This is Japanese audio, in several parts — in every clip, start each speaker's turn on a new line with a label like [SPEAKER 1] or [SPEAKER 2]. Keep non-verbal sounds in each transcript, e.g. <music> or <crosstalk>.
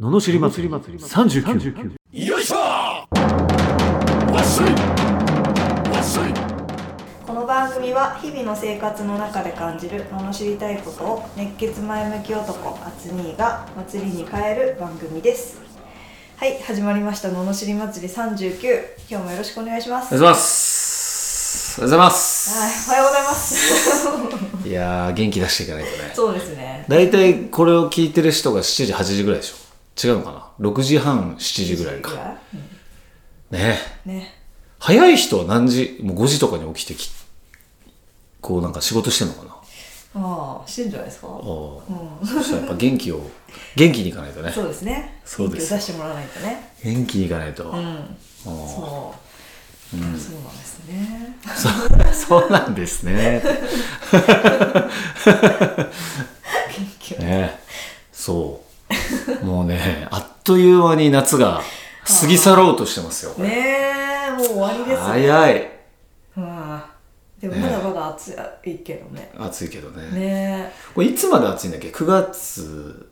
[SPEAKER 1] ののしり祭り39
[SPEAKER 2] よいしょわっしょいわっしょい
[SPEAKER 3] この番組は日々の生活の中で感じる罵りたいことを熱血前向き男アツニーが祭りに変える番組ですはい始まりました罵り祭り39今日もよろしくお願いします
[SPEAKER 4] おはようございます。おはようございま
[SPEAKER 3] はい
[SPEAKER 4] す。
[SPEAKER 3] おはようございます
[SPEAKER 4] いやー、元気出していかないとね。
[SPEAKER 3] <laughs> そうですね
[SPEAKER 4] 大体これを聞いてる人が7時、8時ぐらいでしょ。違うのかな ?6 時半、7時ぐらいか。ねえ
[SPEAKER 3] ね
[SPEAKER 4] 早い人は何時、もう5時とかに起きてき、こうなんか仕事してんの
[SPEAKER 1] <laughs>
[SPEAKER 4] かな
[SPEAKER 3] ああしてんじゃないですか
[SPEAKER 4] あ
[SPEAKER 3] う
[SPEAKER 4] ー
[SPEAKER 3] ん
[SPEAKER 4] そしたらやっぱ元気を、元気にいかないとね。
[SPEAKER 3] そうですね
[SPEAKER 4] そうです
[SPEAKER 3] 元気を出してもらわないとね
[SPEAKER 4] 元気にいかないと。
[SPEAKER 3] うん
[SPEAKER 4] あー
[SPEAKER 3] そう、そうなんですね
[SPEAKER 4] そうなんですね。
[SPEAKER 3] 元気を
[SPEAKER 4] ねそう。もうね、あっという間に夏が過ぎ去ろうとしてますよ。
[SPEAKER 3] ねえもう終わりですね
[SPEAKER 4] 早い。
[SPEAKER 3] うんでもまだまだ暑いけどね。
[SPEAKER 4] 暑いけどね
[SPEAKER 3] ね
[SPEAKER 4] これいつまで暑いんだっけ9月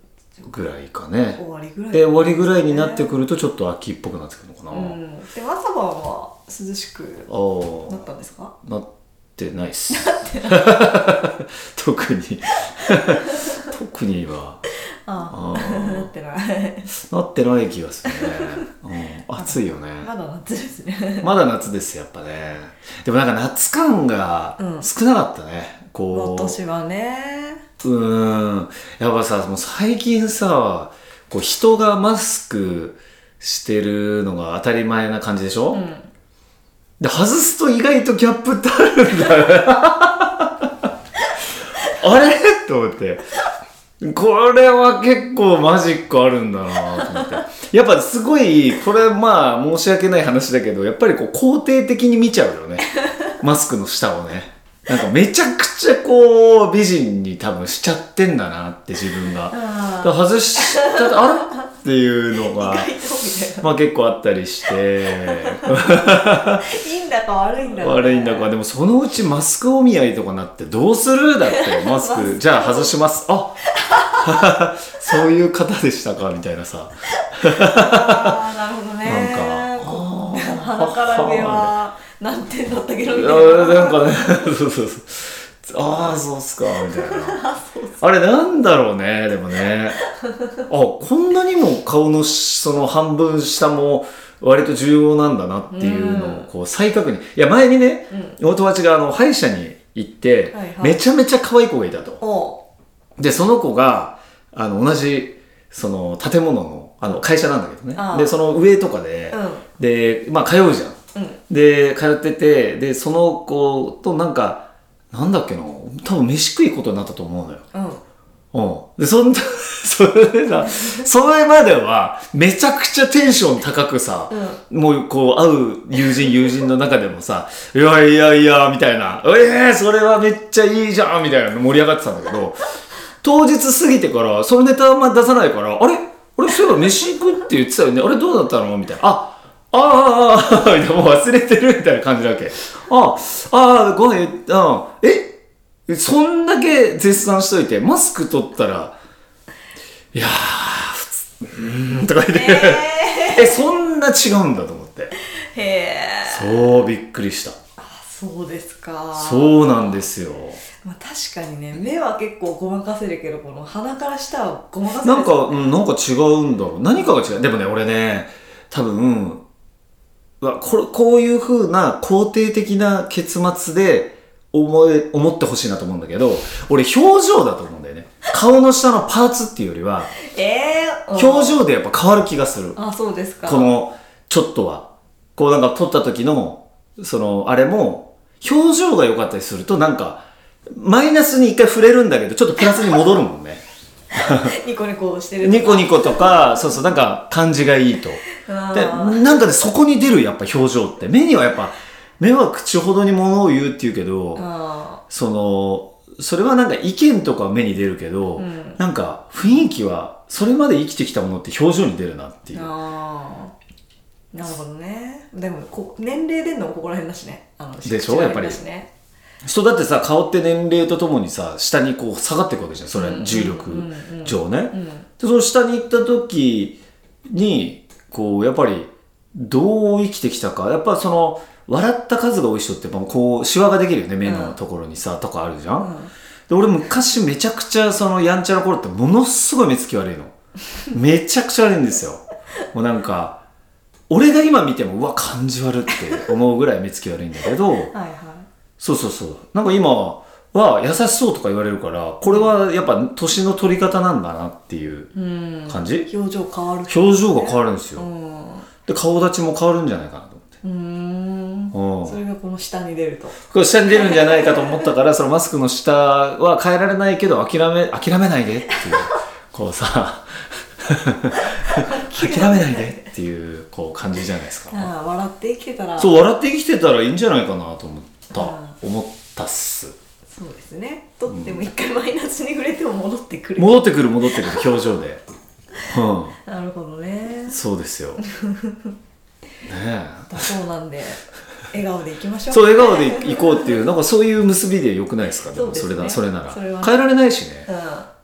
[SPEAKER 4] ぐらいか
[SPEAKER 3] え、終
[SPEAKER 4] ね
[SPEAKER 3] わりぐらい。
[SPEAKER 4] で終わりぐらいになってくるとちょっと秋っぽくなってくるのかな、
[SPEAKER 3] う
[SPEAKER 4] あ
[SPEAKER 3] ん。でも朝晩は涼しくなっ
[SPEAKER 4] あ
[SPEAKER 3] たんですか？
[SPEAKER 4] なってないっす <laughs> 特に <laughs> 特にはあ
[SPEAKER 3] ああ、
[SPEAKER 4] ー
[SPEAKER 3] なってない。
[SPEAKER 4] なってない気がする
[SPEAKER 3] <laughs>
[SPEAKER 4] ね、うん、暑いよね
[SPEAKER 3] <laughs> まだ夏です <laughs> ね。
[SPEAKER 4] まだ夏ですやっぱねでもなんか夏感が
[SPEAKER 3] うん
[SPEAKER 4] 少なかったね、こう
[SPEAKER 3] 私はね。
[SPEAKER 4] うーん。やっぱさ、もう最近さ、こう人がマスクしてるのが当たり前な感じでしょ、
[SPEAKER 3] うん。
[SPEAKER 4] で、外すと意外とギャップってあるんだよね。 <laughs> あれと思って。これは結構マジックあるんだなと思って。やっぱすごい、これまあ申し訳ない話だけど、やっぱりこう肯定的に見ちゃうよね。マスクの下をね。なんかめちゃくちゃこう美人に多分しちゃってんだなって自分が。だから
[SPEAKER 3] ああ、
[SPEAKER 4] 外しちゃって、あれっていうのが、
[SPEAKER 3] 意外とみたいな。
[SPEAKER 4] まあ結構あったりして。
[SPEAKER 3] いいんだか悪いんだか。
[SPEAKER 4] 悪いんだかでもそのうちマスクお見合いとかなってどうするだって <laughs> マスクじゃあ外しますあ <laughs> そういう方でしたかみたいなさ
[SPEAKER 3] <laughs> ああ、なるほどね。
[SPEAKER 4] なんか
[SPEAKER 3] こ
[SPEAKER 4] あー
[SPEAKER 3] う鼻から上は何点だったけど
[SPEAKER 4] あ
[SPEAKER 3] みたいな。
[SPEAKER 4] なんかねそうそうそうああそうっすかみたいな
[SPEAKER 3] そうそう
[SPEAKER 4] あれなんだろうねでもねあこんなにも顔のその半分下も割と重要なんだなっていうのをこう再確認いや前にね
[SPEAKER 3] うん。
[SPEAKER 4] お友達があの歯医者に行って、
[SPEAKER 3] はいはい
[SPEAKER 4] めちゃめちゃ可愛い子がいたと
[SPEAKER 3] <laughs> おう。
[SPEAKER 4] で、その子が、あの、同じ、その、建物の、あの、会社なんだけどね
[SPEAKER 3] ああ。
[SPEAKER 4] で、その上とかで
[SPEAKER 3] う、ん。
[SPEAKER 4] で、まあ、通うじゃん。
[SPEAKER 3] うん。
[SPEAKER 4] で、通ってて、で、その子となんか、なんだっけな、多分飯食いことになったと思うのよ。
[SPEAKER 3] う
[SPEAKER 4] う
[SPEAKER 3] ん。
[SPEAKER 4] ん。で、そんな、 <laughs> それでさ、それまでは、めちゃくちゃテンション高くさ、
[SPEAKER 3] うん。
[SPEAKER 4] もうこう会う友人友人の中でもさ、いやいやいや、みたいな、ええー、それはめっちゃいいじゃん、みたいなの盛り上がってたんだけど、当日過ぎてから、そのネタあんま出さないから、あれあれそういえば飯行くって言ってたよね。あれどうだったのみたいな。ああああああ、みたいな、もう忘れてるみたいな感じなわけ。ああ、ああ、ごめん、うん。えそんだけ絶賛しといて、マスク取ったら、いやー、普通、うーん、とか言って、 <laughs> え、そんな違うんだと思って。
[SPEAKER 3] へえ。
[SPEAKER 4] そう、びっくりした。
[SPEAKER 3] そうですか。
[SPEAKER 4] そうなんですよ。
[SPEAKER 3] まあ、確かにね目は結構ごまかせるけどこの鼻から下はごまかせ
[SPEAKER 4] なんか、
[SPEAKER 3] う
[SPEAKER 4] うんん、なんか違うんだろう。何かが違う。でもね、俺ね、多分、うわこれこういう風な肯定的な結末で思え、思ってほしいなと思うんだけど、俺表情だと思うんだよね。顔の下のパーツっていうよりは、
[SPEAKER 3] えー、うん
[SPEAKER 4] 表情でやっぱ変わる気がする。
[SPEAKER 3] あそうですか
[SPEAKER 4] この、ちょっとは。こうなんか撮った時の、その、あれも、表情が良かったりすると、なんか、マイナスに一回触れるんだけど、ちょっとプラスに戻るもん
[SPEAKER 3] <laughs>
[SPEAKER 4] ね。
[SPEAKER 3] ニコニコしてる
[SPEAKER 4] ニコニコとか、そうそう、なんか感じがいいと。
[SPEAKER 3] あ
[SPEAKER 4] で、
[SPEAKER 3] ー
[SPEAKER 4] なんかね、そこに出るやっぱ表情って。目にはやっぱ、目は口ほどに物を言うっていうけど、
[SPEAKER 3] あ
[SPEAKER 4] その、それはなんか意見とかは目に出るけど、
[SPEAKER 3] うん
[SPEAKER 4] なんか雰囲気は、それまで生きてきたものって表情に出るなってい
[SPEAKER 3] ー
[SPEAKER 4] う。
[SPEAKER 3] あーなるほどねでもこ年齢出んのもここら辺だしねあの
[SPEAKER 4] でしょ
[SPEAKER 3] 口が
[SPEAKER 4] やっぱり
[SPEAKER 3] 出しね
[SPEAKER 4] 人だってさ顔って年齢とともにさ下にこう下がっていくわけじゃんそれは重力
[SPEAKER 3] うんうんうん
[SPEAKER 4] 上ね、
[SPEAKER 3] うん
[SPEAKER 4] でその下に行った時にこうやっぱりどう生きてきたかやっぱその笑った数が多い人ってやっぱこうシワができるよね目のところにさ、とかあるじゃん、で俺昔めちゃくちゃそのやんちゃな頃ってものすごい目つき悪い
[SPEAKER 3] <laughs>
[SPEAKER 4] のめちゃくちゃ悪いんですよもうなんか俺が今見てもうわ感じ悪って思うぐらい目つき悪いんだけど
[SPEAKER 3] はいはい
[SPEAKER 4] そうそうそう。なんか今は優しそうとか言われるから、これはやっぱ年の取り方なんだなっていう
[SPEAKER 3] うん
[SPEAKER 4] 感じ、
[SPEAKER 3] 表情変わる
[SPEAKER 4] 表情が変わるんですよ。
[SPEAKER 3] うんう
[SPEAKER 4] で、顔立ちも変わるんじゃないかなと
[SPEAKER 3] ーん
[SPEAKER 4] 思って。
[SPEAKER 3] そ
[SPEAKER 4] うん。
[SPEAKER 3] れがこの下に出ると
[SPEAKER 4] これ下に出るんじゃないかと思ったから、そのマスクの下は変えられないけど、諦め、諦めないでっていう、こうさ、 <laughs> 諦めないでっていう、こう感じじゃないですか。
[SPEAKER 3] ああ笑って生きてたら
[SPEAKER 4] そうう、笑って生きてたらいいんじゃないかなと思った
[SPEAKER 3] あ。
[SPEAKER 4] 思ったっす。
[SPEAKER 3] そうですね取っても一回マイナスに触れても戻ってくる、
[SPEAKER 4] 戻ってくる戻ってくる表情で。うん。
[SPEAKER 3] なるほどね
[SPEAKER 4] そうです
[SPEAKER 3] <laughs>
[SPEAKER 4] よ。ねえ。
[SPEAKER 3] だそうなんで笑顔でいきまし <laughs> ょう
[SPEAKER 4] そう笑顔で行こうっていうなんかそういう結びで良くないですか。でも
[SPEAKER 3] そ
[SPEAKER 4] そうれ
[SPEAKER 3] ですね
[SPEAKER 4] だそれなら
[SPEAKER 3] それは
[SPEAKER 4] 変えられないしね。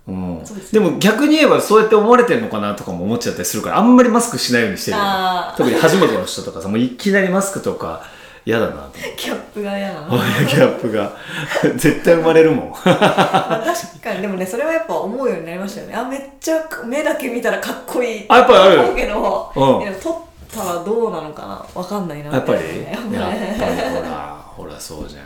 [SPEAKER 3] う
[SPEAKER 4] うん。
[SPEAKER 3] そうです
[SPEAKER 4] でも逆に言えばそうやって思われてるのかなとかも思っちゃったりするからあんまりマスクしないようにしてるよね
[SPEAKER 3] あ。ー
[SPEAKER 4] 特に初めての人とかさもういきなりマスクとか嫌だなと思って。
[SPEAKER 3] んキャップが嫌なの、
[SPEAKER 4] 親ギャップが <laughs> 絶対生まれるもん。
[SPEAKER 3] まあ確かにでもねそれはやっぱ思うようになりましたよねあめっちゃ目だけ見たらかっこいい
[SPEAKER 4] あやっぱある
[SPEAKER 3] 思うけど、
[SPEAKER 4] うん
[SPEAKER 3] でも撮ったらどうなのかなわかんないな
[SPEAKER 4] やっぱり
[SPEAKER 3] みたい
[SPEAKER 4] やっぱ
[SPEAKER 3] な
[SPEAKER 4] り
[SPEAKER 3] ね
[SPEAKER 4] ほらほらそうじゃ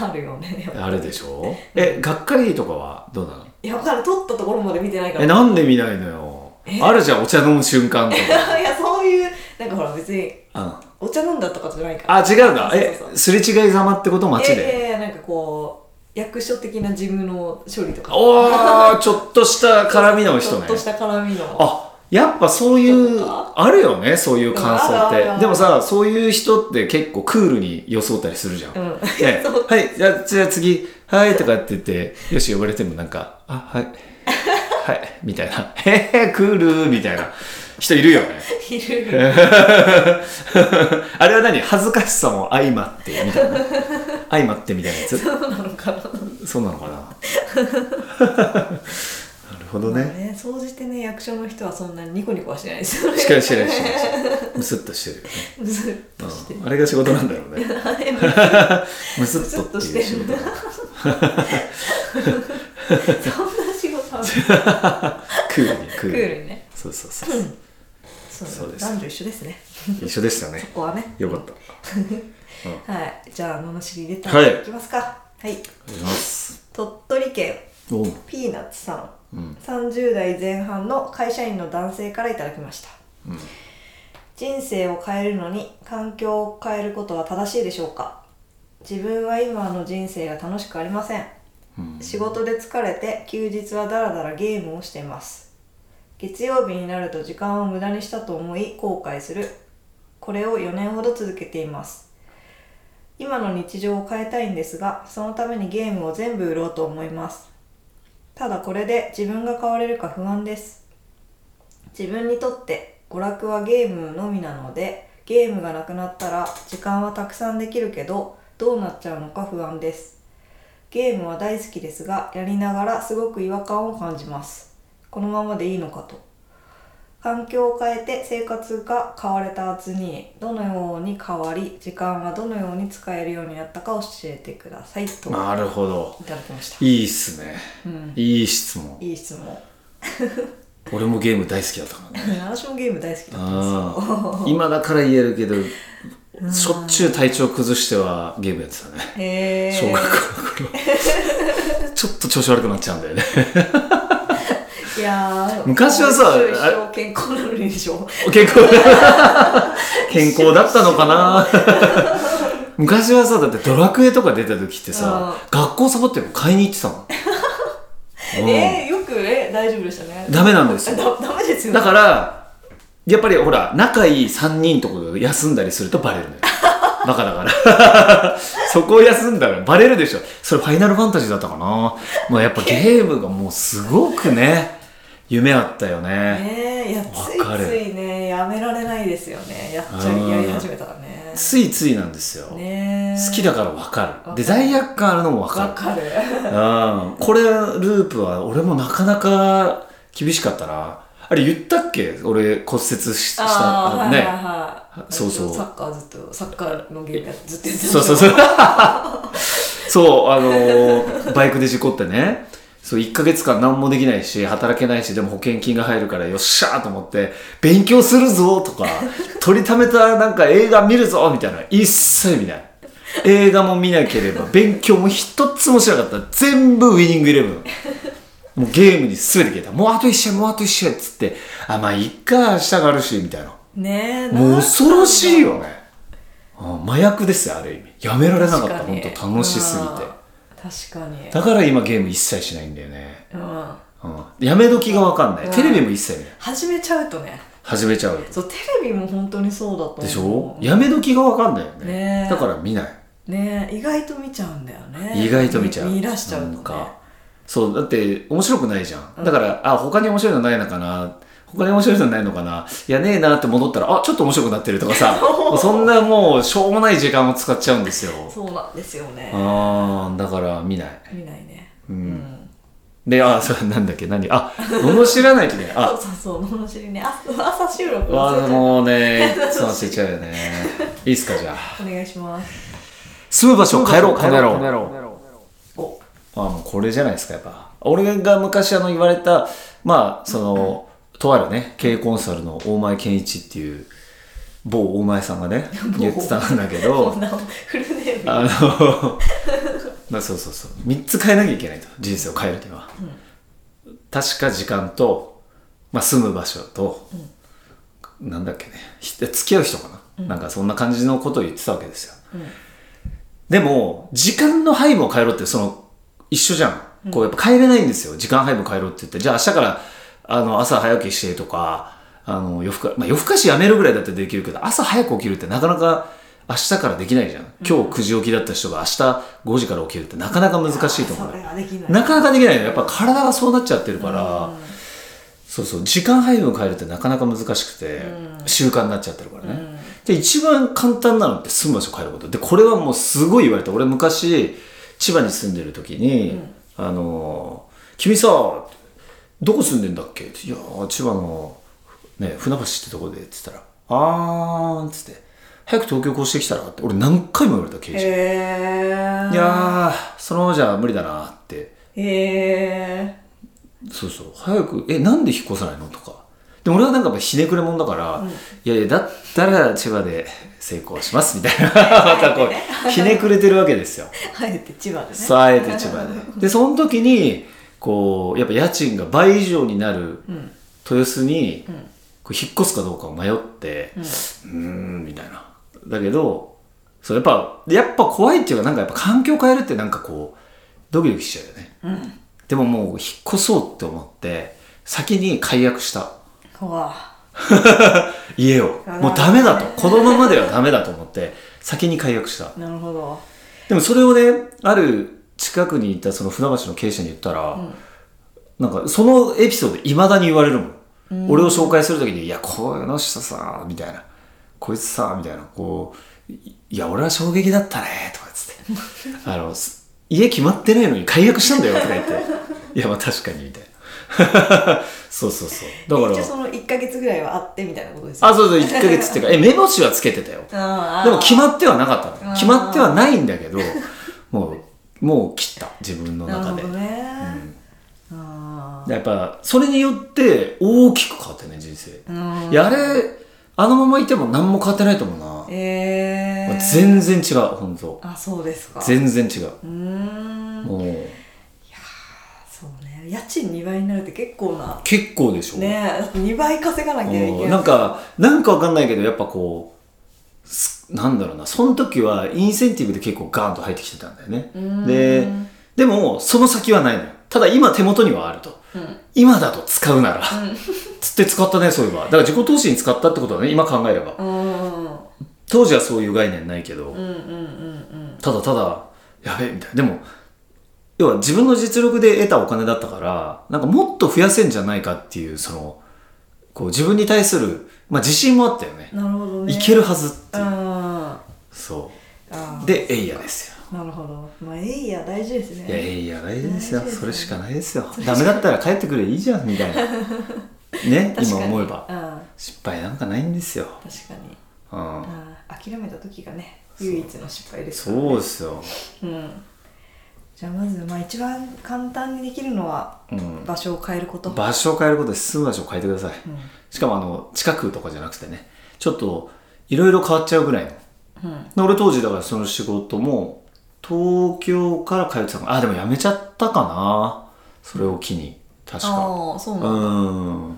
[SPEAKER 3] あるよね
[SPEAKER 4] ん。あるでしょ。えがっかりとかはどうなの？
[SPEAKER 3] いやわかる撮ったところまで見てないから
[SPEAKER 4] えなんで見ないのよあるじゃんお茶飲む瞬間と
[SPEAKER 3] <laughs> いやそういうなんかほら別に
[SPEAKER 4] か、うん、
[SPEAKER 3] お茶飲んだとかじゃないから
[SPEAKER 4] あ違うんだえ
[SPEAKER 3] そうそうそう
[SPEAKER 4] すれ違いざまってこと街
[SPEAKER 3] いやい
[SPEAKER 4] で、
[SPEAKER 3] やいやなんかこう役所的な事務の処理とか
[SPEAKER 4] おおちょっとした絡みの人ね
[SPEAKER 3] ちょっとした絡みの
[SPEAKER 4] あやっぱそういう
[SPEAKER 3] 人とか
[SPEAKER 4] あるよねそういう感想っ
[SPEAKER 3] うんあるある
[SPEAKER 4] て
[SPEAKER 3] ある
[SPEAKER 4] でもさそういう人って結構クールに装ったりするじゃん、
[SPEAKER 3] うん <laughs>
[SPEAKER 4] ねはいじゃあじゃあ次はいとかって言ってよし呼ばれてもなんかあ
[SPEAKER 3] <laughs>
[SPEAKER 4] はいはいみたいなへへクールみたいな人いるよね
[SPEAKER 3] いる
[SPEAKER 4] <laughs> あれは何恥ずかしさも相まってみたい
[SPEAKER 3] <laughs>
[SPEAKER 4] な相まってみたいなやつ
[SPEAKER 3] そうなのかな
[SPEAKER 4] そうなのか
[SPEAKER 3] <laughs>
[SPEAKER 4] ななるほど
[SPEAKER 3] まあ
[SPEAKER 4] ね
[SPEAKER 3] ね総じてね役所の人はそんなにニコニコはしてないですよね
[SPEAKER 4] しっかりしてるしむすっとしてるよね、
[SPEAKER 3] むずっと <laughs> して
[SPEAKER 4] うんあれが仕事なんだろう
[SPEAKER 3] <laughs>
[SPEAKER 4] ねむすっとっていう仕
[SPEAKER 3] むすっ
[SPEAKER 4] 事
[SPEAKER 3] としてそんな仕事は
[SPEAKER 4] クールにク
[SPEAKER 3] ク
[SPEAKER 4] ールに
[SPEAKER 3] ールね
[SPEAKER 4] そうそうそう、
[SPEAKER 3] そう
[SPEAKER 4] そうです
[SPEAKER 3] 男女一緒ですね
[SPEAKER 4] 一緒でしたね
[SPEAKER 3] そこはね
[SPEAKER 4] よかった
[SPEAKER 3] はいじゃあ罵りレタ
[SPEAKER 4] はい
[SPEAKER 3] ーいきますか
[SPEAKER 4] お
[SPEAKER 3] はい
[SPEAKER 4] 願いします
[SPEAKER 3] 鳥取県
[SPEAKER 4] おう
[SPEAKER 3] ピーナッツさん
[SPEAKER 4] うん
[SPEAKER 3] 30代前半の会社員の男性からいただきました、
[SPEAKER 4] うん
[SPEAKER 3] 人生を変えるのに環境を変えることは正しいでしょうか自分は今の人生が楽しくありません
[SPEAKER 4] うん
[SPEAKER 3] 仕事で疲れて休日はダラダラゲームをしています月曜日になると時間を無駄にしたと思い後悔するこれを4年ほど続けています今の日常を変えたいんですがそのためにゲームを全部売ろうと思いますただこれで自分が変われるか不安です自分にとって娯楽はゲームのみなのでゲームがなくなったら時間はたくさんできるけどどうなっちゃうのか不安ですゲームは大好きですが、やりながらすごく違和感を感じます。このままでいいのかと。環境を変えて生活が変われた厚にどのように変わり、時間はどのように使えるようになったか教えてください。と、
[SPEAKER 4] なるほど
[SPEAKER 3] いただきました。
[SPEAKER 4] いいっすね、
[SPEAKER 3] うん
[SPEAKER 4] いい質問
[SPEAKER 3] いい質問。
[SPEAKER 4] 俺もゲーム大好きだったから
[SPEAKER 3] <laughs>
[SPEAKER 4] ね
[SPEAKER 3] 私もゲーム大好きだったんですよ。
[SPEAKER 4] ああ今だから言えるけどしょっちゅう体調崩してはゲームやってたね
[SPEAKER 3] へー
[SPEAKER 4] 小学校の頃ちょっと調子悪くなっちゃうんだよね
[SPEAKER 3] いやー
[SPEAKER 4] 昔はさ
[SPEAKER 3] 一生健康なのにでしょ。
[SPEAKER 4] 健康健康だったのかな昔はさだってドラクエとか出た時ってさ学校サボっても買いに行ってたの
[SPEAKER 3] <laughs>
[SPEAKER 4] うん
[SPEAKER 3] えー、よくね、大丈夫でしたね。
[SPEAKER 4] ダメなんですよ
[SPEAKER 3] だダメですよね。
[SPEAKER 4] だから、やっぱりほら、仲いい3人とか休んだりするとバレるのよ。 <laughs> バカだから。 <laughs> そこを休んだらバレるでしょ。それファイナルファンタジーだったかな。もうやっぱゲームがもうすごくね、夢あったよね。
[SPEAKER 3] ねえいや
[SPEAKER 4] わ
[SPEAKER 3] つい
[SPEAKER 4] かる
[SPEAKER 3] ついねやめられないですよねやっちゃ
[SPEAKER 4] うん
[SPEAKER 3] いやり始めたらね
[SPEAKER 4] ついついなんですよ。
[SPEAKER 3] ねえ
[SPEAKER 4] 好きだからわかる。で、
[SPEAKER 3] わかる
[SPEAKER 4] 罪悪感あるのもわか
[SPEAKER 3] わ
[SPEAKER 4] る。
[SPEAKER 3] かる
[SPEAKER 4] うん。これ、ループは俺もなかなか厳しかったな。あれ言ったっけ俺骨折しした
[SPEAKER 5] ああー、
[SPEAKER 4] ね、
[SPEAKER 5] はいはいはい。
[SPEAKER 4] そうそう
[SPEAKER 5] サッカーずっと、サッカーのゲームやずっとやってた。
[SPEAKER 4] そうそうそう <laughs> そうあのーバイクで事故ってねそう1ヶ月間何もできないし働けないしでも保険金が入るからよっしゃーと思って勉強するぞとか取りためたなんか映画見るぞみたいな一切見ない映画も見なければ勉強も一つもしなかった全部ウィニングイレブンもうゲームに全て消えたもうあと1試合もうあと1試合っつってあまあいっか明日があるしみたいな
[SPEAKER 5] ねえ。
[SPEAKER 4] もう恐ろしい
[SPEAKER 5] よ。
[SPEAKER 4] よねあ麻薬ですよある意味やめられなかった
[SPEAKER 5] 確か
[SPEAKER 4] 本
[SPEAKER 5] に
[SPEAKER 4] 当楽しすぎて
[SPEAKER 5] うん確かに。
[SPEAKER 4] だから今ゲーム一切しないんだよね、
[SPEAKER 5] うん。
[SPEAKER 4] うん、やめ時が分かんない、
[SPEAKER 5] うん
[SPEAKER 4] テレビも一切見ない
[SPEAKER 5] 始めちゃうとね。
[SPEAKER 4] 始めちゃう
[SPEAKER 5] そう、テレビも本当にそうだと思う。
[SPEAKER 4] でしょやめ時が分かんないよね
[SPEAKER 5] ねえ
[SPEAKER 4] だから見ない
[SPEAKER 5] ねえ、意外と見ちゃうんだよね。
[SPEAKER 4] 意外と見ちゃう
[SPEAKER 5] 見見出しちゃうと、ね。
[SPEAKER 4] なんかそうだって面白くないじゃんだから、あ他に面白いのないのかな他に面白いのないのかないやねえなって戻ったらあちょっと面白くなってるとか
[SPEAKER 5] <laughs>
[SPEAKER 4] さそんなもうしょうもない時間を使っちゃうんですよ
[SPEAKER 5] そうなんですよね。
[SPEAKER 4] ああだから見ない
[SPEAKER 5] 見ないね。
[SPEAKER 4] う
[SPEAKER 5] うんん。
[SPEAKER 4] で、あ、そう、なんだっけ、何あ、罵らないとね、
[SPEAKER 5] そう
[SPEAKER 4] あ、
[SPEAKER 5] そうそう、のろしりね。あ朝収録忘れち
[SPEAKER 4] わ
[SPEAKER 5] ゃ
[SPEAKER 4] あ、
[SPEAKER 5] う
[SPEAKER 4] もうね、そう忘れちゃうよね。いいっすか、じゃあ。
[SPEAKER 5] お願いします。
[SPEAKER 4] 住む場所を変えろ、変えろ。
[SPEAKER 1] 変えろ
[SPEAKER 5] お、
[SPEAKER 4] あ、もうこれじゃないですか、やっぱ。俺が昔、あの、言われた、まあ、その、とあるね、経営コンサルの大前健一っていう、某大前さんがね、言ってたんだけ
[SPEAKER 5] こ
[SPEAKER 4] ど
[SPEAKER 5] ん、なフルネーム。
[SPEAKER 4] あのまあそうそうそう3つ変えなきゃいけないと人生を変えるには、確か時間と、まあ、住む場所と、なんだっけねひ付き合う人かな、なんかそんな感じのことを言ってたわけですよ、
[SPEAKER 5] うん
[SPEAKER 4] でも時間の配分を変えろってその一緒じゃん、こうやっぱ変えれないんですよ時間配分変えろって言ってじゃあ明日からあの朝早起きしてとかあの夜更か、まあ、夜更かしやめるぐらいだってできるけど朝早く起きるってなかなか明日からできないじゃん今日9時起きだった人が明日5時から起きるってなかなか難しいと思う
[SPEAKER 5] それができない。
[SPEAKER 4] なかなかできないよやっぱ体がそうなっちゃってるから、そうそう時間配分変えるってなかなか難しくて、習慣になっちゃってるからね、で一番簡単なのって住む場所変えることでこれはもうすごい言われた俺昔千葉に住んでる時に「あの君さどこ住んでんだっけ?」って「いや千葉の、ね、船橋ってとこで」っつったら「あー」っつって「早く東京越してきたら」って俺何回も言われた刑事、
[SPEAKER 5] へー。
[SPEAKER 4] いやーそのままじゃ無理だな」って
[SPEAKER 5] へ
[SPEAKER 4] そうそう早く「えなんで引っ越さないの?」とかでも俺はなんかやっぱひねくれ者だから、いやいやだったら千葉で成功しますみた
[SPEAKER 5] <laughs>
[SPEAKER 4] いなまたこうひねくれてるわけですよ
[SPEAKER 5] ー。あえて千葉でね。
[SPEAKER 4] さああえて千葉ででその時にこうやっぱ家賃が倍以上になる
[SPEAKER 5] うん。
[SPEAKER 4] 豊洲に、
[SPEAKER 5] うん
[SPEAKER 4] こう引っ越すかどうかを迷って、
[SPEAKER 5] うん
[SPEAKER 4] うーんみたいなだけどそうやっぱやっぱ怖いっていうかなんかやっぱ環境変えるってなんかこうドキドキしちゃうよね、でももう引っ越そうって思って先に解約した
[SPEAKER 5] うわ
[SPEAKER 4] 家を
[SPEAKER 5] あら
[SPEAKER 4] もうダメだとこのままではダメだと思って先に解約した
[SPEAKER 5] なるほど。
[SPEAKER 4] でもそれをねある近くにいたその船橋の経営者に言ったら、なんかそのエピソードいまだに言われるもん、俺を紹介するときに「いやこの人さ」みたいな「こいつさ」みたいなこうい「いや俺は衝撃だったね」とかっつって
[SPEAKER 5] <laughs>
[SPEAKER 4] あのす家決まってないのに解約したんだよとか言って
[SPEAKER 5] <laughs>
[SPEAKER 4] 「いやまあ確かに」みたいな <laughs> そうそうそうだか
[SPEAKER 5] 一応
[SPEAKER 4] ら
[SPEAKER 5] その1ヶ月ぐらいは会ってみたいなことですよ
[SPEAKER 4] あそうそう1ヶ月っていうかえ目星はつけてたよ
[SPEAKER 5] あー
[SPEAKER 4] でも決まってはなかった
[SPEAKER 5] あー
[SPEAKER 4] の決まってはないんだけどもうもう切った自分の
[SPEAKER 5] な
[SPEAKER 4] 中
[SPEAKER 5] るほ
[SPEAKER 4] で
[SPEAKER 5] どね。
[SPEAKER 4] う
[SPEAKER 5] あ
[SPEAKER 4] んやっぱそれによって大きく変わったね人生、
[SPEAKER 5] ーうん
[SPEAKER 4] いやあれあのままいても何も変わってないと思うな、
[SPEAKER 5] えー。
[SPEAKER 4] 全然違う本当
[SPEAKER 5] あ、そうですか。
[SPEAKER 4] 全然違
[SPEAKER 5] う
[SPEAKER 4] う
[SPEAKER 5] ーん。
[SPEAKER 4] もう
[SPEAKER 5] そうね。家賃2倍になるって結構な。
[SPEAKER 4] 結構でしょ、
[SPEAKER 5] ねえ、だって2倍稼がなきゃいけな
[SPEAKER 4] う
[SPEAKER 5] い。
[SPEAKER 4] んなんかなんかわかんないけどやっぱこうすなんだろうなその時はインセンティブで結構ガーンと入ってきてたんだよね
[SPEAKER 5] ん
[SPEAKER 4] ででもその先はないのよただ今手元にはあると、
[SPEAKER 5] ん
[SPEAKER 4] 今だと使うなら、つって使ったねそういえばだから自己投資に使ったってことだね今考えれば、
[SPEAKER 5] うん。うん
[SPEAKER 4] 当時はそういう概念ないけど、
[SPEAKER 5] うんうんうん
[SPEAKER 4] ただただやべえみたいなでも要は自分の実力で得たお金だったからなんかもっと増やせんじゃないかっていうそのこう自分に対する、まあ、自信もあったよね
[SPEAKER 5] うん。なるほどね。
[SPEAKER 4] いけるはずって
[SPEAKER 5] う。
[SPEAKER 4] いうん
[SPEAKER 5] あ
[SPEAKER 4] そ
[SPEAKER 5] ー
[SPEAKER 4] うでエイヤですよ
[SPEAKER 5] なるほど。まあ、えいや、大事です
[SPEAKER 4] いや
[SPEAKER 5] ね。
[SPEAKER 4] エイヤ大事ですよ
[SPEAKER 5] 大事ですね
[SPEAKER 4] それしかないですよダメだったら帰ってくれいいじゃんみたいなね
[SPEAKER 3] 確
[SPEAKER 4] 今
[SPEAKER 3] かに
[SPEAKER 4] 思えば
[SPEAKER 3] うん
[SPEAKER 4] 失敗なんかないんですよ、
[SPEAKER 3] 確かに
[SPEAKER 4] うん、
[SPEAKER 3] あー諦めた時がね唯一の失敗ですからね
[SPEAKER 4] そうですよ、
[SPEAKER 3] うんじゃあまず、まあ、一番簡単にできるのは
[SPEAKER 4] うん、
[SPEAKER 3] 場所を変えること、うん、
[SPEAKER 4] 場所を変えることです住む場所を変えてください、しかもあの近くとかじゃなくてねちょっといろいろ変わっちゃうぐらいの
[SPEAKER 3] うん
[SPEAKER 4] で俺当時だからその仕事も東京から通ってたからあでも辞めちゃったかなそれを機に確か
[SPEAKER 3] ああそう
[SPEAKER 4] う
[SPEAKER 3] なん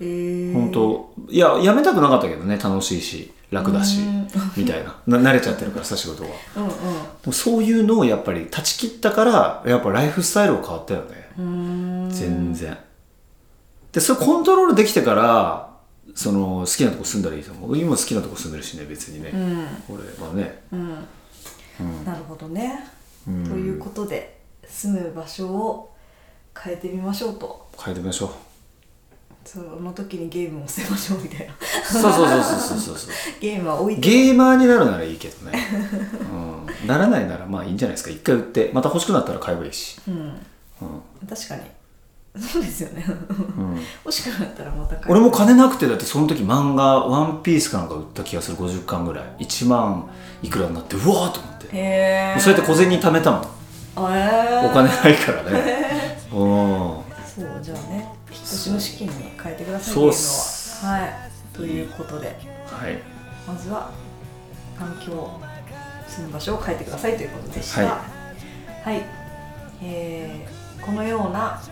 [SPEAKER 3] だ
[SPEAKER 4] ん
[SPEAKER 3] へえ
[SPEAKER 4] 本当いや辞めたくなかったけどね楽しいし楽だし
[SPEAKER 3] うん
[SPEAKER 4] みたいなな慣れちゃってるからさ仕事がで
[SPEAKER 3] うん
[SPEAKER 4] もそういうのをやっぱり断ち切ったからやっぱライフスタイルが変わったよね
[SPEAKER 3] うんうーん
[SPEAKER 4] 全然でそれコントロールできてからその好きなとこ住んだらいいと思う今好きなとこ住んでるしね別にね、俺はね
[SPEAKER 3] うんうんなるほどね、
[SPEAKER 4] うん
[SPEAKER 3] ということで住む場所を変えてみましょうと
[SPEAKER 4] 変えてみましょう
[SPEAKER 3] その時にゲームを捨てましょうみたいな
[SPEAKER 4] そうそうそうそうそうそう
[SPEAKER 3] <laughs> ゲームは置いて
[SPEAKER 4] ゲーマーになるならいいけどね、うん、ならないならまあいいんじゃないですか一回売ってまた欲しくなったら買えばいいし、
[SPEAKER 3] うん
[SPEAKER 4] うん
[SPEAKER 3] 確かにそうですよね <laughs>
[SPEAKER 4] うん、
[SPEAKER 3] 欲しくなったらまた買え
[SPEAKER 4] 俺も金なくてだってその時漫画「ワンピースかなんか売った気がする50巻ぐらい1万いくらになってうわーと思って、
[SPEAKER 3] へえ
[SPEAKER 4] そうやって小銭貯めたもんお
[SPEAKER 3] お
[SPEAKER 4] 金ないから
[SPEAKER 3] <laughs>
[SPEAKER 4] ね、うん
[SPEAKER 3] そうじゃあね引っ越しの資金に変えてください
[SPEAKER 4] そうっす
[SPEAKER 3] っていうのははいということで
[SPEAKER 4] はい
[SPEAKER 3] まずは環境住む場所を変えてくださいということでした
[SPEAKER 4] は
[SPEAKER 3] はい、えーこのような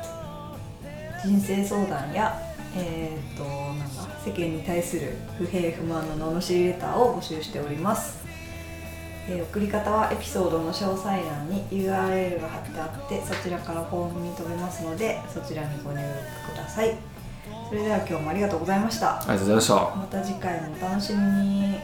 [SPEAKER 3] 人生相談やえー、となんだ世間に対する不平不満の罵りレターを募集しておりますえー送り方はエピソードの詳細欄に URL が貼ってあってそちらからフォームに飛べますのでそちらにご入力くださいそれでは今日もありがとうございました
[SPEAKER 4] ありがとうございました
[SPEAKER 3] また次回もお楽しみに